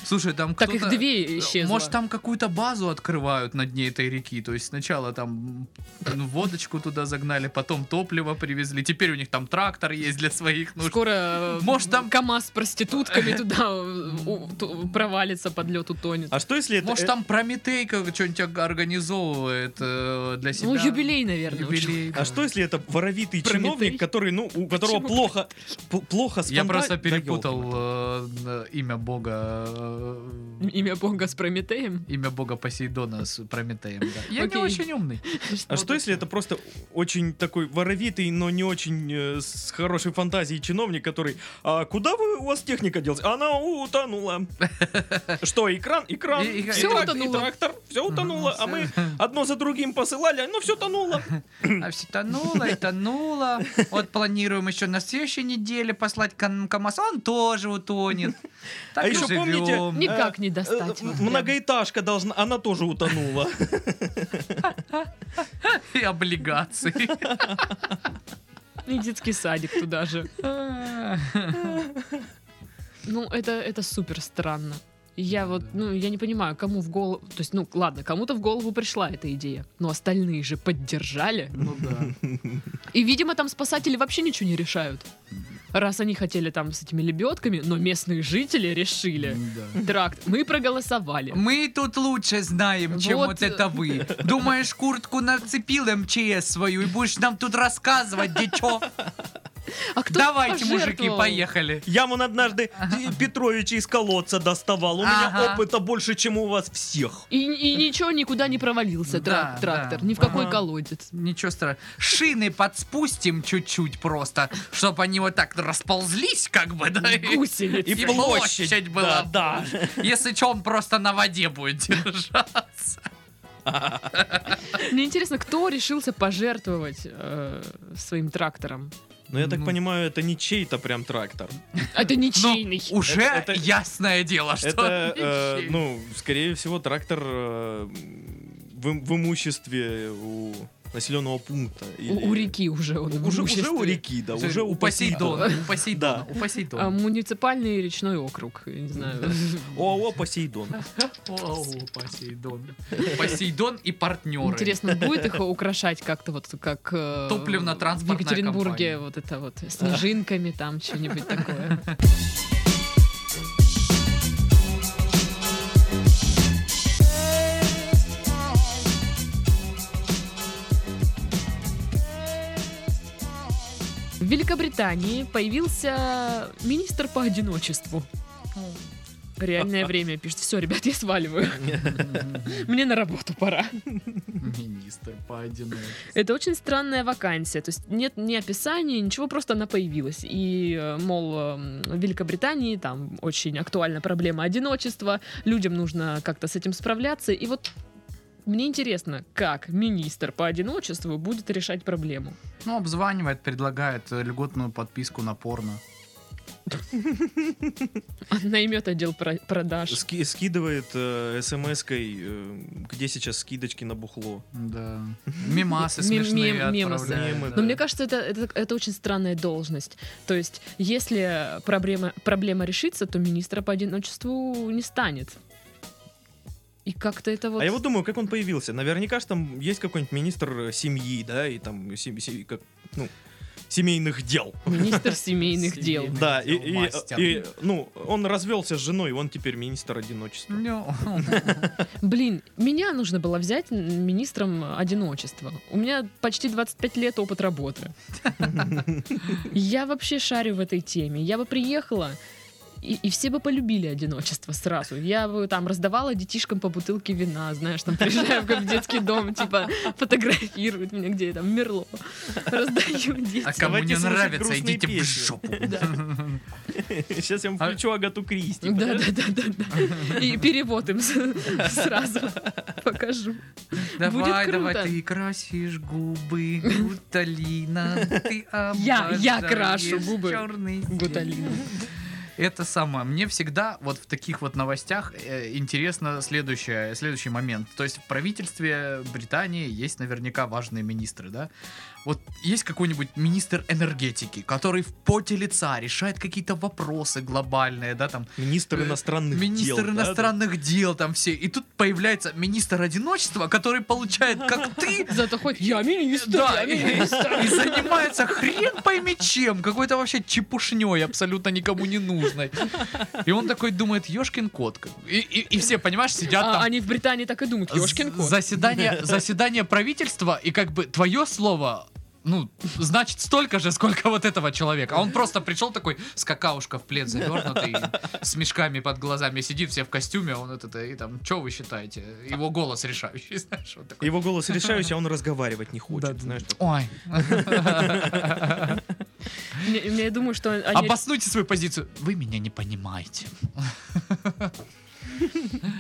Speaker 2: Слушай, там
Speaker 3: Так их
Speaker 2: кто-то- э,
Speaker 3: две исчезло.
Speaker 2: Может, там какую-то базу открывают на дне этой реки. То есть сначала там ну, водочку туда загнали, потом топливо привезли. Теперь у них там трактор есть для своих нужд.
Speaker 3: Скоро
Speaker 2: ну, Может,
Speaker 3: может
Speaker 2: там-
Speaker 3: там КАМАЗ с проститутками туда э, у- ту- провалится под лед, утонет.
Speaker 1: А что если это...
Speaker 2: Может,
Speaker 1: э,
Speaker 2: там Прометейка что-нибудь организовывает э, для себя.
Speaker 3: Ну, юбилей, наверное. очень.
Speaker 2: Юбилей.
Speaker 1: А что если это воровитый
Speaker 3: Прометей.
Speaker 1: чиновник, который, ну, у которого
Speaker 3: Почему
Speaker 1: плохо, п- плохо с
Speaker 2: Я
Speaker 1: фанта- Да
Speaker 2: просто перепутал
Speaker 1: ёлки-палки.
Speaker 2: э, э, имя бога. э,
Speaker 3: Имя Бога с Прометеем.
Speaker 2: Имя бога Посейдона с Прометеем. да. Я не
Speaker 3: Окей.
Speaker 2: очень умный.
Speaker 1: А что если это просто очень такой воровитый, но не очень э, с хорошей фантазией чиновник, который, а куда вы у вас техника делась? Она утонула. Что, экран, экран,
Speaker 2: И- и-
Speaker 1: и
Speaker 2: Всё
Speaker 1: трак-
Speaker 3: утонуло.
Speaker 1: и трактор, все утонуло, а мы одно за другим посылали, но все тонуло.
Speaker 2: А все тонуло и тонуло. Вот планируем еще на следующей неделе послать кам- КамАЗ, а он тоже утонет. Так
Speaker 1: А
Speaker 2: и
Speaker 1: еще
Speaker 2: живем.
Speaker 1: помните-
Speaker 3: Никак не
Speaker 1: Э,
Speaker 3: достать. его.
Speaker 1: м- Многоэтажка должна, она тоже утонула.
Speaker 2: И облигации.
Speaker 3: И детский садик туда же. Ну, это, это супер странно. Я вот, ну, я не понимаю, кому в голову... То есть, ну, ладно, кому-то в голову пришла эта идея, но остальные же поддержали.
Speaker 2: Ну да.
Speaker 3: И, видимо, там спасатели вообще ничего не решают. Раз они хотели там с этими лебедками, но местные жители решили.
Speaker 2: Да.
Speaker 3: Тракт. Мы проголосовали.
Speaker 2: Мы тут лучше знаем, чем вот.
Speaker 3: Вот.
Speaker 2: это вы. Думаешь, куртку нацепил МЧС свою и будешь нам тут рассказывать, где чё?
Speaker 3: А кто
Speaker 2: Давайте, мужики,
Speaker 3: пожертвовал?
Speaker 2: поехали.
Speaker 1: Я вон однажды Петровича из колодца доставал. У меня
Speaker 2: Ага.
Speaker 1: опыта больше, чем у вас всех.
Speaker 3: И, и ничего никуда не провалился
Speaker 2: Да,
Speaker 3: трак- трактор,
Speaker 2: да.
Speaker 3: ни в какой
Speaker 1: Ага.
Speaker 3: колодец.
Speaker 2: Ничего страшного. Шины подспустим чуть-чуть просто, чтобы они вот так расползлись, как бы, да? и-
Speaker 3: Гусеницы.
Speaker 2: И площадь была.
Speaker 1: Да, да.
Speaker 2: Если что, он просто на воде будет держаться.
Speaker 3: Мне интересно, кто решился пожертвовать э, своим трактором?
Speaker 1: Но я так
Speaker 2: Ну.
Speaker 1: понимаю, это не чей-то прям трактор.
Speaker 3: Это
Speaker 2: Ну,
Speaker 3: ничейный.
Speaker 2: уже
Speaker 1: Это- это-
Speaker 2: ясное дело, что...
Speaker 1: Это, э,
Speaker 2: ничей.
Speaker 1: ну, скорее всего, трактор э, в, им- в имуществе у населенного пункта. или-
Speaker 3: У, у реки уже он в
Speaker 1: Уже, уже у
Speaker 3: имуществе.
Speaker 1: реки, да, уже у
Speaker 2: Посейдона.
Speaker 1: Посейдона.
Speaker 2: У Посейдона.
Speaker 1: Да.
Speaker 2: У Посейдона.
Speaker 3: А, муниципальный речной округ, я не знаю.
Speaker 1: ОАО Посейдон.
Speaker 2: О, Посейдон. Посейдон и партнеры.
Speaker 3: Интересно, будет их украшать как-то вот как э,
Speaker 2: Топливно-транспортная
Speaker 3: в Екатеринбурге
Speaker 2: компания.
Speaker 3: вот это вот снежинками там что-нибудь такое. В Великобритании появился министр по одиночеству. Реальное время пишет. Все, ребят, я сваливаю. Мне на работу пора.
Speaker 2: Министр по одиночеству.
Speaker 3: Это очень странная вакансия. То есть нет ни описания, ничего, просто она появилась. И, э, мол, эм, в Великобритании там очень актуальна проблема одиночества, людям нужно как-то с этим справляться. И вот мне интересно, как министр по одиночеству будет решать проблему.
Speaker 2: Ну, обзванивает, предлагает э, льготную подписку на порно.
Speaker 3: Он Наймет отдел про- продаж.
Speaker 1: Ски- скидывает э, смс-кой, э, где сейчас скидочки на бухло.
Speaker 2: Да. Мемасы
Speaker 3: Мем-
Speaker 2: смешные
Speaker 3: мем- мемасы.
Speaker 2: отправляет,
Speaker 1: Мемы,
Speaker 2: да.
Speaker 3: Но мне кажется, это, это, это очень странная должность. То есть, если проблема, проблема решится, то министра по одиночеству не станет. И как-то это вот...
Speaker 1: А я вот думаю, как он появился. Наверняка же там есть какой-нибудь министр э, семьи, да, и там сем- се- как, ну, семейных дел.
Speaker 3: Министр семейных
Speaker 2: Семейных.
Speaker 3: дел.
Speaker 1: Да, и, и-
Speaker 2: Мастер.
Speaker 1: и, ну, он развелся с женой, он теперь министр одиночества.
Speaker 2: Ну,
Speaker 3: Блин, меня нужно было взять м, министром одиночества. У меня почти 25 лет опыт работы. Я вообще шарю в этой теме. Я бы приехала, и, и все бы полюбили одиночество сразу. Я бы там раздавала детишкам по бутылке вина, знаешь, там приезжаю как в детский дом, типа фотографируют меня, где я там мерло. Раздаю
Speaker 2: а
Speaker 3: детям.
Speaker 2: кому
Speaker 1: Давайте
Speaker 2: не
Speaker 1: слушать
Speaker 2: нравится,
Speaker 1: грустные
Speaker 2: идите в
Speaker 1: песни.
Speaker 2: жопу.
Speaker 1: Сейчас я вам
Speaker 2: А-
Speaker 1: включу Агату Кристи.
Speaker 3: типа, Да, да, да, да, да. И перевод им с- сразу покажу.
Speaker 2: Давай,
Speaker 3: Будет
Speaker 2: давай,
Speaker 3: круто.
Speaker 2: ты красишь губы, гуталина, ты
Speaker 3: Я- я крашу губы
Speaker 2: черный
Speaker 3: гуталином.
Speaker 2: Это самое. Мне всегда вот в таких вот новостях э, интересно следующее, следующий момент. То есть в правительстве Британии есть наверняка важные министры, да? Вот есть какой-нибудь министр энергетики, который в поте лица решает какие-то вопросы глобальные, да, там
Speaker 1: Министр иностранных дел.
Speaker 2: министр
Speaker 1: да, да.
Speaker 2: иностранных дел там все. И тут появляется министр одиночества, который получает, как ты,
Speaker 3: Зато хоть я министр,
Speaker 2: да,
Speaker 3: я
Speaker 2: и,
Speaker 3: министр.
Speaker 2: и занимается хрен пойми чем, какой-то вообще чепушней, абсолютно никому не нужной. И он такой думает, ёшкин кот. как бы. И, и- и все, понимаешь, сидят
Speaker 3: А,
Speaker 2: там.
Speaker 3: они в Британии так и думают, ёшкин кот.
Speaker 2: Заседание, заседание правительства, и как бы твое слово ну, значит, столько же, сколько вот этого человека. А он просто пришел такой с какаушка в плед завернутый, с мешками под глазами, сидит все в костюме, а он это, и там, что вы считаете? Его голос решающий, знаешь, вот такой.
Speaker 1: Его голос решаюсь, а он разговаривать не
Speaker 2: Да,
Speaker 1: хочет.
Speaker 2: да.
Speaker 1: знаешь.
Speaker 2: Ой.
Speaker 3: Мне- мне- Я думаю, что они...
Speaker 2: Обоснуйте свою позицию. Вы меня не понимаете.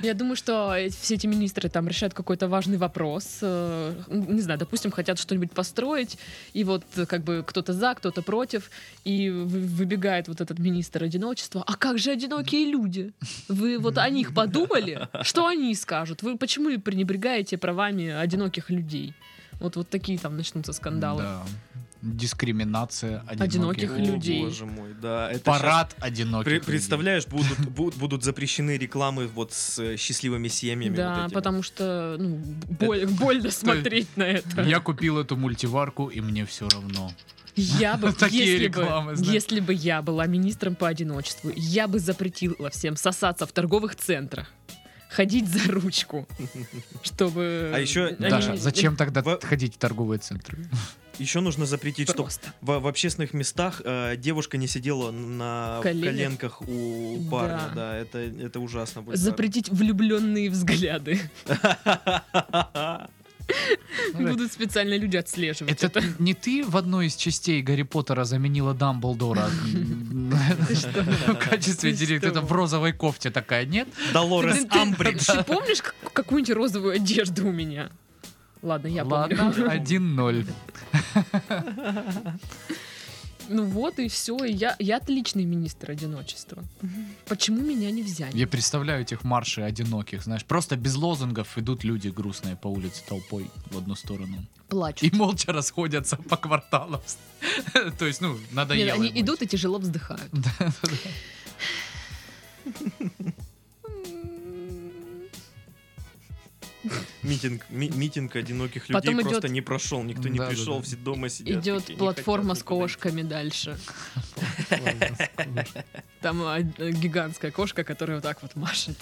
Speaker 3: Я думаю, что эти- все эти министры там решают какой-то важный вопрос. э, Не знаю, допустим, хотят что-нибудь построить, и вот э, как бы кто-то за, кто-то против, и вы- выбегает вот этот министр одиночества. А как же одинокие люди? Вы вот о них подумали? Что они скажут? Вы почему пренебрегаете правами одиноких людей? Вот, вот такие там начнутся скандалы.
Speaker 2: Да. Дискриминация одиноких,
Speaker 3: Одиноких
Speaker 1: О,
Speaker 2: людей.
Speaker 3: людей.
Speaker 1: Боже мой, да. Это щас-
Speaker 2: Парад одиноких
Speaker 1: Пре-
Speaker 2: людей.
Speaker 1: Представляешь, будут, будут, будут запрещены рекламы вот с э, счастливыми семьями.
Speaker 3: Да,
Speaker 1: вот этими.
Speaker 3: потому что ну, боль- больно смотреть на это.
Speaker 2: Я купил эту мультиварку, и мне все равно.
Speaker 3: Я бы,
Speaker 2: Такие
Speaker 3: если,
Speaker 2: рекламы,
Speaker 3: бы
Speaker 2: знаешь.
Speaker 3: если бы я была министром по одиночеству, я бы запретила всем сосаться в торговых центрах, ходить за ручку, чтобы...
Speaker 1: А еще,
Speaker 3: они
Speaker 2: Даша,
Speaker 3: не-
Speaker 2: зачем тогда
Speaker 1: Во-
Speaker 2: ходить в торговые центры?
Speaker 1: Еще нужно запретить, чтобы
Speaker 3: Просто.
Speaker 1: в, в общественных местах э, девушка не сидела на
Speaker 3: Коленях.
Speaker 1: коленках у парня.
Speaker 3: Да.
Speaker 1: Да, это, это ужасно будет.
Speaker 3: Запретить влюбленные взгляды. Будут специально люди отслеживать.
Speaker 2: Ну, Это не ты в одной из частей Гарри Поттера заменила Дамблдора в качестве
Speaker 3: Ты
Speaker 2: директора?
Speaker 3: что?
Speaker 2: Это В розовой кофте такая, нет?
Speaker 1: Долорес
Speaker 3: Блин, ты-
Speaker 1: Амбридж.
Speaker 3: Ты помнишь как- какую-нибудь розовую одежду у меня? Ладно, я
Speaker 2: Ладно,
Speaker 3: помню.
Speaker 2: 1-0.
Speaker 3: Ну вот и все. И я, я отличный министр одиночества. Почему меня не взяли?
Speaker 2: Я представляю этих маршей одиноких, знаешь, просто без лозунгов идут люди грустные по улице толпой в одну сторону
Speaker 3: Плачу.
Speaker 2: и молча расходятся по кварталам. То есть, ну,
Speaker 3: Нет,
Speaker 2: надоело.
Speaker 3: они
Speaker 2: им
Speaker 3: идут и тяжело вздыхают.
Speaker 1: Митинг, ми- митинг одиноких людей
Speaker 3: Потом идет-
Speaker 1: просто не прошел, никто не
Speaker 2: Да, да,
Speaker 1: пришел,
Speaker 2: да.
Speaker 1: все дома сидят.
Speaker 3: Идет
Speaker 1: такие, не
Speaker 3: платформа
Speaker 1: хотят
Speaker 3: с
Speaker 1: никуда
Speaker 3: кошками дальше.
Speaker 2: эти.
Speaker 3: Там а, э, гигантская кошка, которая вот так вот машет.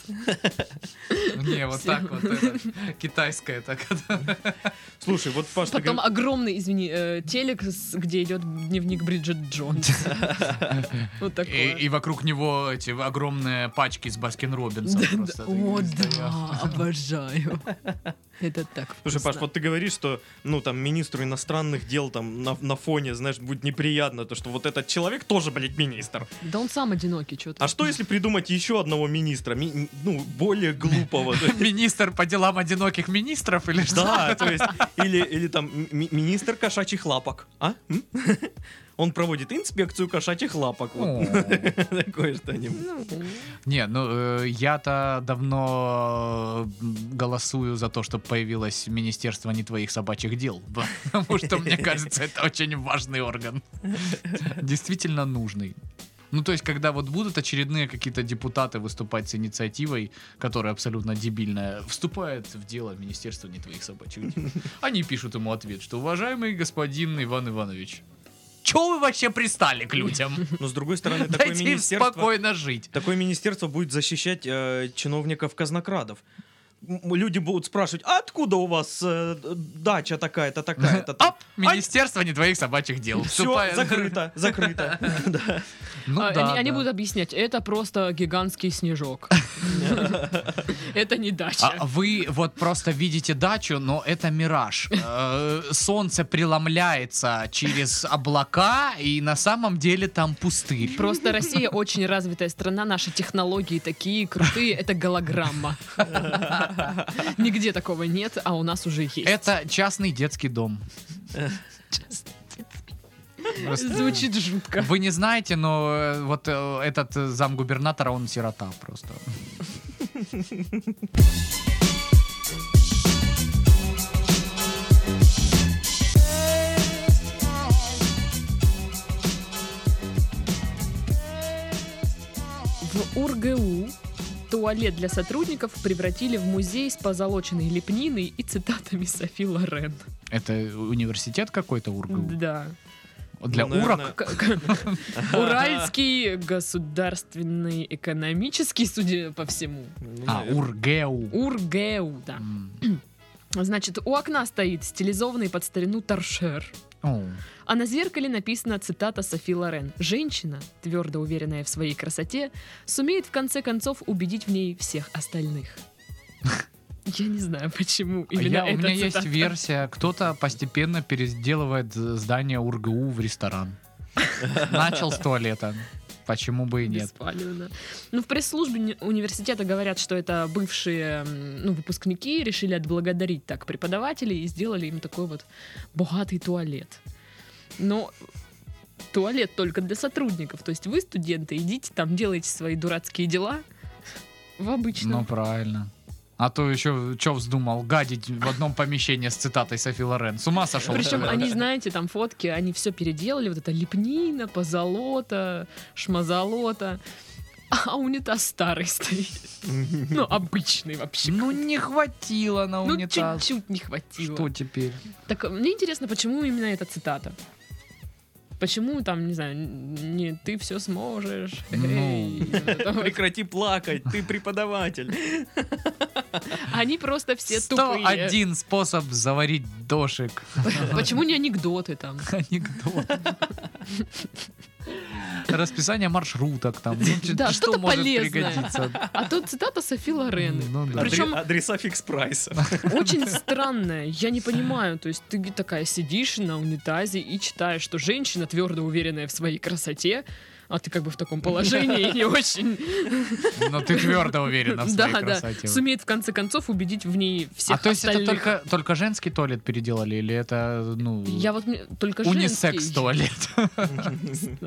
Speaker 2: Не, вот так вот. это, Китайская так.
Speaker 1: идти. Слушай, вот Паш, ты
Speaker 3: Потом а,
Speaker 1: говор-
Speaker 3: огромный, извини, э, телек, с- где идет дневник Бриджит Джонс. Вот
Speaker 2: И
Speaker 3: такое.
Speaker 2: и вокруг него эти огромные пачки с Баскин Робинсом.
Speaker 3: Да,
Speaker 2: просто
Speaker 3: да.
Speaker 2: такие
Speaker 3: О,
Speaker 2: стоят.
Speaker 3: да, обожаю. Это так
Speaker 1: Слушай, Паш,
Speaker 3: вкусно.
Speaker 1: вот ты говоришь, что, ну, там, министру иностранных дел, там, на, на фоне, знаешь, будет неприятно, то, что вот этот человек тоже, блядь, министр.
Speaker 3: Да он сам одинокий, что-то.
Speaker 1: А что, если придумать еще одного министра, ми- ну, более глупого? то есть-
Speaker 2: Министр по делам одиноких министров или что?
Speaker 1: Да, то есть, или, или там, ми- министр кошачьих лапок, а? М? Он проводит инспекцию кошачьих лапок, вот,
Speaker 2: О.
Speaker 1: такое что-нибудь.
Speaker 2: Ну
Speaker 3: ну.
Speaker 2: Не, ну э, я-то давно э, м, голосую за то, чтобы появилось Министерство не твоих собачьих дел. Потому что, мне кажется, это очень важный орган. Действительно нужный. Ну, то есть, когда вот будут очередные какие-то депутаты выступать с инициативой, которая абсолютно дебильная, вступает в дело Министерство не твоих собачьих дел. Они пишут ему ответ, что уважаемый господин Иван Иванович, Че вы вообще пристали к людям?
Speaker 1: Но с другой стороны, Ну, такое
Speaker 2: Дайте им
Speaker 1: министерство,
Speaker 2: спокойно жить.
Speaker 1: такое министерство будет защищать э, чиновников казнокрадов. М- Люди будут спрашивать, а откуда у вас э, дача такая-то, такая-то? там?»
Speaker 2: Оп, Министерство не твоих собачьих дел.
Speaker 1: Все,
Speaker 2: Вступая-
Speaker 1: закрыто, закрыто. Да.
Speaker 2: Ну
Speaker 3: А,
Speaker 2: да,
Speaker 3: они, они
Speaker 2: да.
Speaker 3: будут объяснять, это просто гигантский снежок. Это не
Speaker 2: А
Speaker 3: дача.
Speaker 2: вы вот просто видите дачу, но это мираж. Э, Солнце преломляется через облака, и на самом деле там пустырь.
Speaker 3: Просто Россия очень развитая страна, наши технологии такие крутые, это голограмма. Нигде такого нет, а у нас уже есть.
Speaker 2: Это частный детский дом. Просто
Speaker 3: звучит жутко.
Speaker 2: Вы не знаете, но э, вот э, этот э, замгубернатора, он сирота просто.
Speaker 3: В УрГУ туалет для сотрудников превратили в музей с позолоченной лепниной и цитатами Софи Лорен.
Speaker 2: Это университет какой-то УрГУ?
Speaker 3: Да.
Speaker 2: Для
Speaker 1: Ну, наверное,
Speaker 2: урок?
Speaker 3: К- к- Уральский государственный экономический, судя по всему.
Speaker 1: ну,
Speaker 2: А,
Speaker 1: наверное.
Speaker 2: УрГЭУ.
Speaker 3: УрГЭУ, да.
Speaker 2: М.
Speaker 3: Значит, у окна стоит стилизованный под старину торшер.
Speaker 2: О.
Speaker 3: А на зеркале написана цитата Софи Лорен. «Женщина, твердо уверенная в своей красоте, сумеет в конце концов убедить в ней всех остальных». Я не знаю, почему
Speaker 2: А
Speaker 3: именно
Speaker 2: я- у
Speaker 3: эта
Speaker 2: меня есть
Speaker 3: цитата.
Speaker 2: версия, кто-то постепенно переделывает з- здание УрГУ в ресторан. Начал с туалета. Почему бы и нет?
Speaker 3: Беспалевно. Ну, в пресс-службе уни- университета говорят, что это бывшие м, ну, выпускники решили отблагодарить так преподавателей и сделали им такой вот богатый туалет. Но туалет только для сотрудников. То есть вы, студенты, идите там, делайте свои дурацкие дела в
Speaker 2: Ну,
Speaker 3: обычном.
Speaker 2: правильно. А то еще что вздумал гадить в одном помещении с цитатой Софи Лорен. С ума сошел.
Speaker 3: Причем
Speaker 2: человек.
Speaker 3: они, знаете, там фотки, они все переделали. Вот это лепнина, позолота, шмазолота. А унитаз старый стоит. Ну, обычный вообще.
Speaker 2: Ну, не хватило на
Speaker 3: Ну,
Speaker 2: унитаз.
Speaker 3: чуть-чуть не хватило.
Speaker 2: Что теперь?
Speaker 3: Так э, мне интересно, почему именно эта цитата? Почему там, не знаю, н- не ты все сможешь?
Speaker 2: Ну.
Speaker 3: эй, вот это вот.
Speaker 1: Прекрати плакать, ты преподаватель.
Speaker 3: Они просто все тупые.
Speaker 2: 101 способ заварить дошик.
Speaker 3: Почему не анекдоты там?
Speaker 2: Анекдот. Расписание маршруток там. Ну, ч-
Speaker 3: Да,
Speaker 2: что
Speaker 3: что-то
Speaker 2: может
Speaker 3: полезное.
Speaker 2: пригодиться?
Speaker 3: А тут цитата Софи Лорен.
Speaker 2: Ну да.
Speaker 3: Причем-
Speaker 1: Адре- Адреса фикс прайса.
Speaker 3: Очень странная, я не понимаю. То есть ты такая сидишь на унитазе и читаешь, что женщина твердо уверенная в своей красоте, а ты как бы в таком положении не очень.
Speaker 2: Но ты твердо уверена в своей
Speaker 3: Да, да.
Speaker 2: красоте.
Speaker 3: Сумеет в конце концов убедить в ней
Speaker 2: А
Speaker 3: всех
Speaker 2: то есть это
Speaker 3: остальных.
Speaker 2: только, только женский туалет переделали, или это, ну,
Speaker 3: Я вот мне- только
Speaker 2: унисекс
Speaker 3: женский.
Speaker 2: туалет?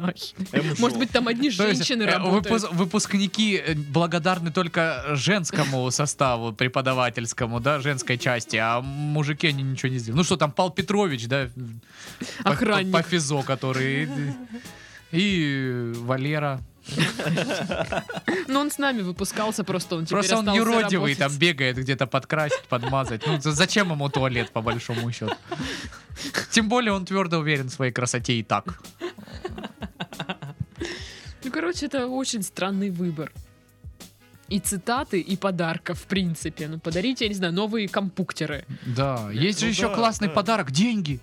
Speaker 3: Ай. Может быть, там одни
Speaker 2: То есть,
Speaker 3: женщины
Speaker 2: э,
Speaker 3: работают.
Speaker 2: выпус- Выпускники э, благодарны только женскому составу преподавательскому, да, женской части, а мужики они ничего не сделали. Ну что там, Пал Петрович, да, по-
Speaker 3: Охранник.
Speaker 2: По, по физо, который... И Валера.
Speaker 3: Но он с нами выпускался просто, он теперь
Speaker 2: Просто он
Speaker 3: остался
Speaker 2: юродивый, там
Speaker 3: работать.
Speaker 2: бегает, где-то подкрасить, подмазать. Ну, за- зачем ему туалет, по большому счету? Тем более он твердо уверен в своей красоте и так.
Speaker 3: Ну, короче, это очень странный выбор. И цитаты, и подарков, в принципе. Ну, подарите, я не знаю, новые компуктеры.
Speaker 2: Да, есть же
Speaker 1: Ну
Speaker 2: еще
Speaker 1: да,
Speaker 2: классный
Speaker 1: да.
Speaker 2: подарок, деньги.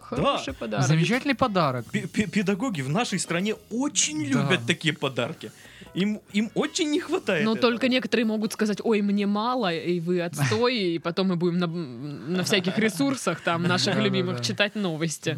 Speaker 3: Хороший подарок.
Speaker 2: Замечательный подарок.
Speaker 1: Пе- пе- Педагоги в нашей стране очень
Speaker 2: Да.
Speaker 1: любят такие подарки. Им, им очень не хватает.
Speaker 3: Но
Speaker 1: этого.
Speaker 3: Ну, только некоторые могут сказать, ой, мне мало, и вы отстой, и потом мы будем на, на всяких ресурсах там наших
Speaker 2: Да-да-да.
Speaker 3: любимых читать новости.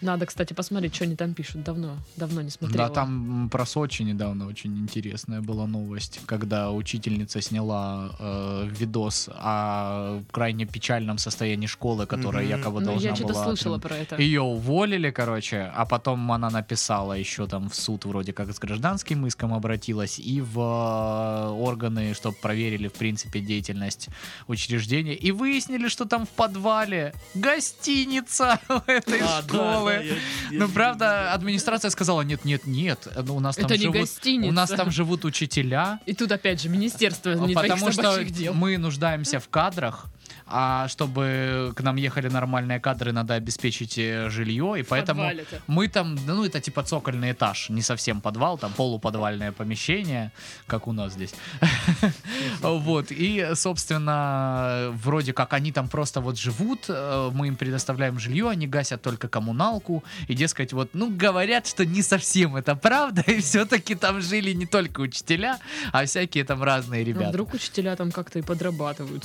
Speaker 3: Надо, кстати, посмотреть, что они там пишут. Давно, давно не смотрела.
Speaker 2: Да, там м, про Сочи недавно очень интересная была новость, когда учительница сняла э, видос о крайне печальном состоянии школы, которая
Speaker 1: Мгм.
Speaker 2: якобы
Speaker 3: Ну,
Speaker 2: должна
Speaker 3: я что-то
Speaker 2: была
Speaker 3: слышала
Speaker 2: отремон-
Speaker 3: про это.
Speaker 2: Ее уволили, короче, а потом она написала еще там в суд вроде как с гражданским иском обратилась и в э, органы, чтобы проверили в принципе деятельность учреждения и выяснили, что там в подвале гостиница у этой
Speaker 1: А, да, да,
Speaker 2: школы.
Speaker 1: я- я-
Speaker 2: Ну правда, администрация сказала нет, нет, нет, ну, у нас там
Speaker 3: Это не
Speaker 2: живут,
Speaker 3: гостиница.
Speaker 2: у нас там живут учителя,
Speaker 3: И тут опять же министерство не
Speaker 2: потому
Speaker 3: твоих
Speaker 2: что
Speaker 3: собачьих дел.
Speaker 2: мы нуждаемся в кадрах. А чтобы к нам ехали нормальные кадры, надо обеспечить э, жилье, и поэтому
Speaker 3: подвале-то.
Speaker 2: мы там, да, ну это типа цокольный этаж, не совсем подвал, там полуподвальное помещение, как у нас здесь. Вот, и, собственно, вроде как они там просто вот живут, э, мы им предоставляем жилье, они гасят только коммуналку, и, дескать, вот, ну, говорят, что не совсем это правда, и все-таки там жили не только учителя, а всякие там разные
Speaker 3: А
Speaker 2: ребята.
Speaker 3: вдруг учителя там как-то и подрабатывают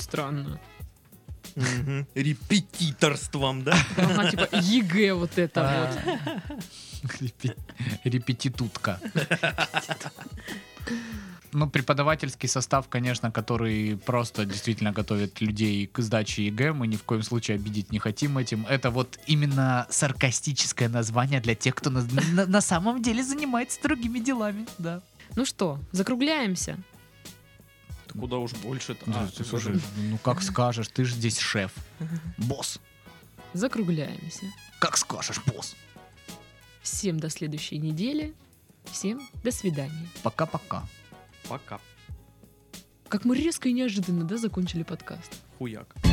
Speaker 3: странно.
Speaker 1: Мгм. Репетиторством, да?
Speaker 3: Ага, типа ЕГЭ вот
Speaker 2: А.
Speaker 3: это вот.
Speaker 2: Репе- Репетитутка. Ну, преподавательский состав, конечно, который просто действительно готовит людей к сдаче ЕГЭ, мы ни в коем случае обидеть не хотим этим. Это вот именно саркастическое название для тех, кто на, на- на самом деле занимается другими делами, да.
Speaker 3: Ну что, закругляемся.
Speaker 1: Да Куда уж больше там.
Speaker 2: Да,
Speaker 1: А, ты
Speaker 2: слушай,
Speaker 1: уже-
Speaker 2: ну как скажешь, ты же здесь шеф. Босс.
Speaker 3: Закругляемся.
Speaker 2: Как скажешь, босс.
Speaker 3: Всем до следующей недели. Всем до свидания.
Speaker 2: Пока-пока.
Speaker 1: Пока.
Speaker 3: Как мы резко и неожиданно, да, закончили подкаст.
Speaker 1: Хуяк.